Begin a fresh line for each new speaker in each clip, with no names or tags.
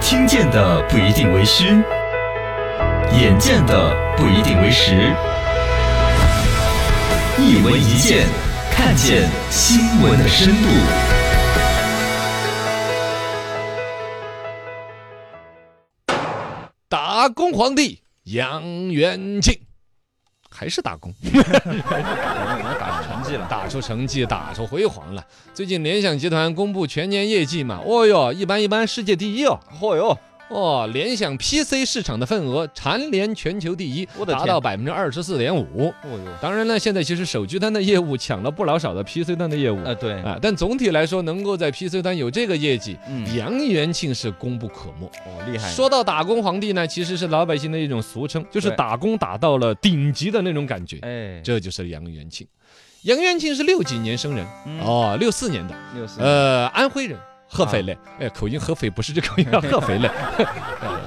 听见的不一定为虚，眼见的不一定为实。一闻一见，看见新闻的深度。
打工皇帝杨元庆，还是打工，
我打成绩了，
打出成绩，打出辉煌了。最近联想集团公布全年业绩嘛，哦哟，一般一般，世界第一哦。
嚯哟，
哦，联想 PC 市场的份额蝉联全球第一，
我的天
达到百分之二十四点五。
嚯哟，
当然呢，现在其实手机端的业务抢了不老少的 PC 端的业务
呃，对，
啊，但总体来说，能够在 PC 端有这个业绩，
嗯，
杨元庆是功不可没。
哦，厉害，
说到打工皇帝呢，其实是老百姓的一种俗称，就是
对
打工打到了顶级的那种感觉，
哎，
这就是杨元庆。杨元庆是六几年生人，
嗯
哦，六四年的，
六四，啊
呃，安徽人，合肥的，哎，口音合肥不是这口音啊，合 肥的，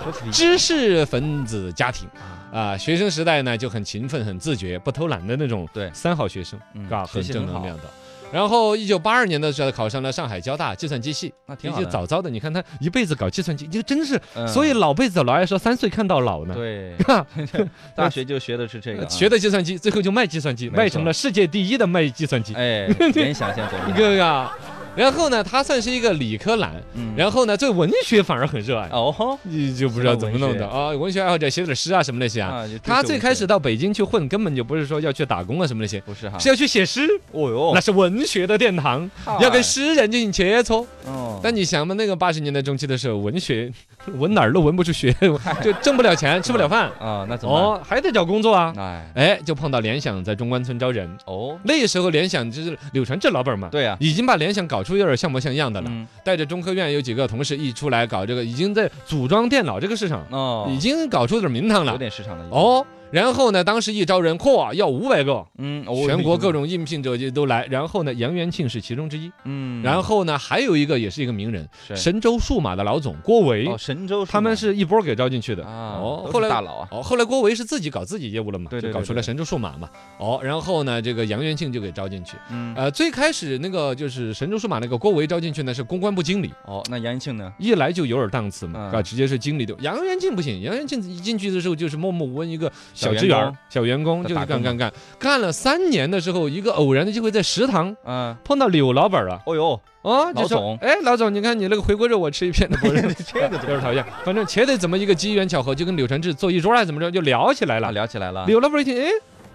合肥
知识分子家庭
啊，
啊，学生时代呢就很勤奋、很自觉、不偷懒的那种，
对
三好学生，
嗯
啊，
学
很
习
正
很好
能量的。然后，一九八二年的时候考上了上海交大计算机系，
那挺
挺
好
就
的，
早早的。你看他一辈子搞计算机，就真是
嗯
所以老辈子老爱说三岁看到老呢。
对，
哈，
大学就学的是这个 啊，
学的计算机，最后就卖计算机，
没错
卖成了世界第一的卖计算机，
哎，联想现在
一
走
个呀。然后呢，他算是一个理科男，
嗯
然后呢，对文学反而很热爱，
哦吼，
你就不知道怎么弄
什
的
么
啊。文学爱好者写点诗啊什么那些啊。
嗯啊，就
他
追求
最
文
开
学
始到北京去混，根本就不是说要去打工啊什么那些，
不是哈
是，要去写诗，
哦哟
那，是文学的殿堂，要跟诗人进行切磋。
哦，
但你想嘛，那个八十年代中期的时候，文 学文哪儿都文不出学， 就挣不了钱，吃不了饭。
啊，那怎么
哦，还得找工作啊
办？。哎，
哎，就碰到联想在中关村招人，
哦，
那时候联想就是柳传志老板嘛。。
对呀，
已经把联想搞出有点像模像样的了，
嗯，
带着中科院有几个同事一出来搞这个，已经在组装电脑这个市场、
哦，
已经搞出点名堂
有
了。
点市场的意思，
哦，然后呢，当时一招人，嚯，要五百个，
嗯，哦
全国各，种应聘者就都来。然后呢，杨元庆是其中之一，
嗯，
然后呢，还有一个也是一个名人，
是
神州数码的老总郭维，
哦，神州
他们
数
是一波给招进去的。
码啊，
哦
都，是
后来
大佬啊，
哦，后来郭维是自己搞自己业务了嘛，
对对
就搞
对
出了
对
神州数码嘛。哦，然后呢，这个杨元庆就给招进去。
嗯，
呃，最开始那个就是神州数码那个郭维招进去呢是公关部经理，
哦，那杨庆呢？
一来就有点档次嘛，
嗯
啊，直接是经理的。杨元庆不行，杨元庆一进去的时候就是默默无闻一个小
小
职员
员
儿
工、
小员工，
在
就是
打
干
工
干干，干了三年的时候，一个偶然的机会在食堂
嗯，
碰到柳老板了。
哦哟，
哦，就说
老总
哎，老总，你看你那个回锅肉，我吃一片的，不 是
这
有
个
点讨厌。反正且得怎么一个机缘巧合，就跟柳传志坐一桌啊，怎么着就聊起来
啊，
了。
聊起来了
柳老板一听，哎，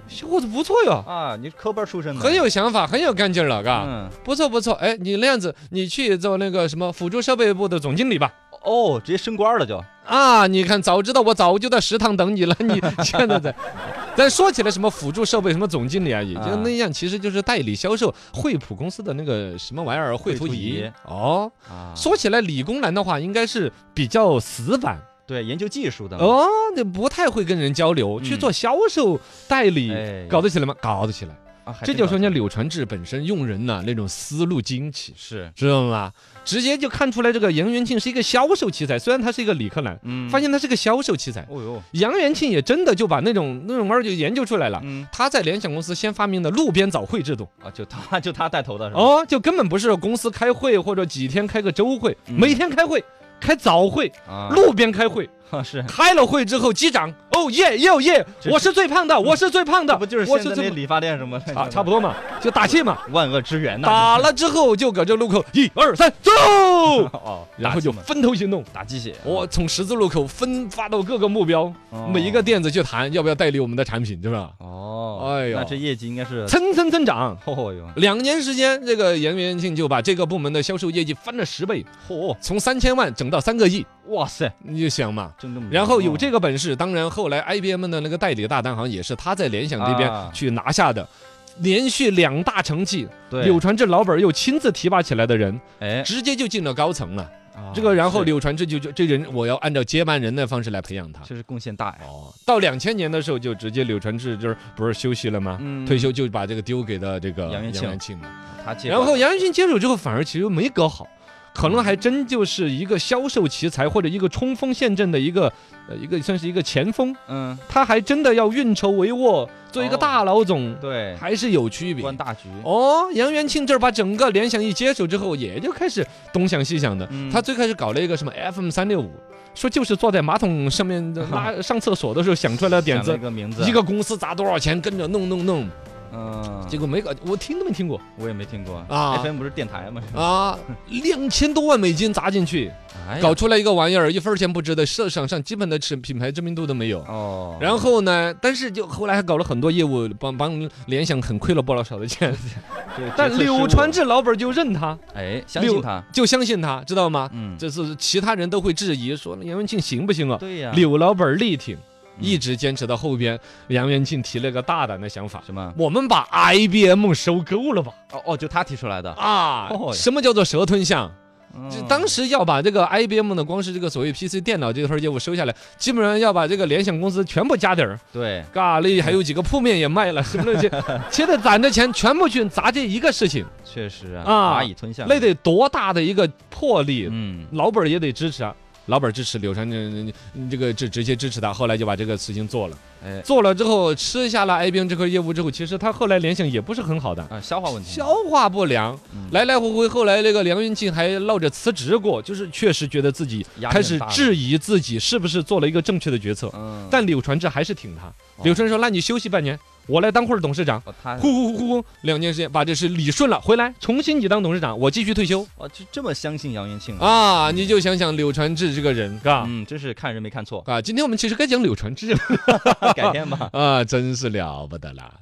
小伙子不错哟，
啊，你是科班出身的，
很有想法，很有干劲儿了，嘎，
嗯，
不错不错。哎，你那样子，你去做那个什么辅助设备部的总经理吧。
哦，直接升官了就，
啊，你看，早知道我早就在食堂等你了，你现 在在。但说起来，什么辅助设备，什么总经理啊，也就
啊
那样，其实就是代理销售惠普公司的那个什么玩意儿绘图
绘图
仪
仪。
哦，
啊，
说起来，理工男的话应该是比较死板
对，研究技术的嘛，
哦，那不太会跟人交流，去
嗯
做销售代理，
哎，
搞得起来吗？搞得起来。
啊，还
这
真
就
搞
是人家
得
柳传志本身用人呐、那种思路精奇，
是，
知道吗？直接就看出来这个杨元庆是一个销售奇才，虽然他是一个理科男，
嗯，
发，现他是个销售奇才。
哦哟，
杨元庆也真的就把那种那种玩意儿就研究出来了。
嗯，
他在联想公司先发明的路边早会制度，
啊，就他 就他带头的是吧？
哦，就根本不是公司开会或者几天开个周会，
嗯
每天开会，开早会，
啊，
路边开会，
啊 是，
开了会之后击掌，哦耶耶耶，
这嗯
我是最胖的，我是最胖的，
这不就是
我
现在
最
那理发店什么
啊，差不多嘛，就打气嘛。
多，万恶之源呐，
打了之后就搁这路口一二三 走，
哦，
然后就
打鸡嘛
分头行动。
打鸡血，
我从十字路口分发到各个目标，
哦
哦每一个，店子去谈要不要代理我们的产品，对吧？
哦，
哎呦
那这业绩应该是，
蹭蹭增长，
哦哟，
两年时间，这个严元庆就把这个部门的销售业绩翻了十倍，
嚯，哦
从三千万整到三个亿，
哇塞，
你就想嘛。
挣这么多，
然后有这
个，哦
个本事，当然后来 IBM 的那个代理大单好像也是他在联想这
啊
边去拿下的，连续两大成绩，
对，
柳传志老板又亲自提拔起来的人，
哎，
直接就进了高层了。
啊
这个，然后
是
柳传志就就这人，我要按照接班人的方式来培养他。
这是贡献大呀，
哦，到两千年的时候，就直接柳传志就是不是休息了吗？
嗯
退休就把这个丢给了这个
杨元庆
元庆嘛。
他接
然
管
后杨元庆接手之后，反而其实没搞好，可能还真就是一个销售奇才或者一个冲锋陷阵的一个呃一个算是一个前锋，
嗯，
他还真的要运筹帷幄，做一个
哦
大老总，
对，
还是有区别。
观大局，
哦，杨元庆这儿把整个联想一接手之后，也就开始东想西想的。
嗯
他最开始搞了一个什么 FM 三六五，说就是坐在马桶上面 拉上厕所的时候想出来的点
想了
子
一，个名字，
一个公司砸多少钱，跟着弄弄弄，
嗯，
结果没搞，我听都没听过
我也没听过
啊
FM 不是电台吗？
啊，两千多万美金砸进去，
哎呀
搞出来一个玩意儿，一分钱不值的，市场上基本的品品牌知名度都没有。
哦，
然后呢？但是就后来还搞了很多业务，帮帮联想很亏了不老少的 钱。
这
但
决策失误
柳传志老板就认他，
哎，相信
柳
他，
就相信他，知道吗？
嗯，
这是其他人都会质疑说杨元庆行不行啊？
对呀，
柳老板力挺，一
嗯
直坚持到后边。杨元庆提了个大胆的想法：
什么？
我们把 IBM 收购了吧？
哦哦，就他提出来的，
啊
哦，
什么叫做蛇吞象？就
嗯
当时要把这个 IBM 的光是这个所谓 PC 电脑这份业务收下来，基本上要把这个联想公司全部加底儿，
对，
咖喱还有几个铺面也卖了，什么东西， 现在攒的钱全部去砸这一个事情，
确实
啊
啊，蚂蚁吞象，
那得多大的一个魄力，
嗯，
老本儿也得支持啊。老本儿支持柳传志，嗯这个直直接支持他，后来就把这个事情做了。
哎
做了之后，吃下了 IBM 这块业务之后，其实他后来联想也不是很好的，
啊，消化问题，
消化不良，
嗯
来来回回，后来那个梁云庆还闹着辞职过，就是确实觉得自己
压力
开
很
始
大
质疑自己是不是做了一个正确的决策。
嗯，
但柳传志还是挺他，
哦
柳传志说：“那你休息半年，我来当会儿董事长。”
哦他
呼呼呼呼，两年时间把这事理顺了，回来重新你当董事长，我继续退休
哦，就这么相信杨元庆啊？
啊！你就想想柳传志这个人，嘎
嗯，真是
，
看人没看错
啊！今天我们其实该讲柳传志了
改天吧。
啊，真是了不得啦。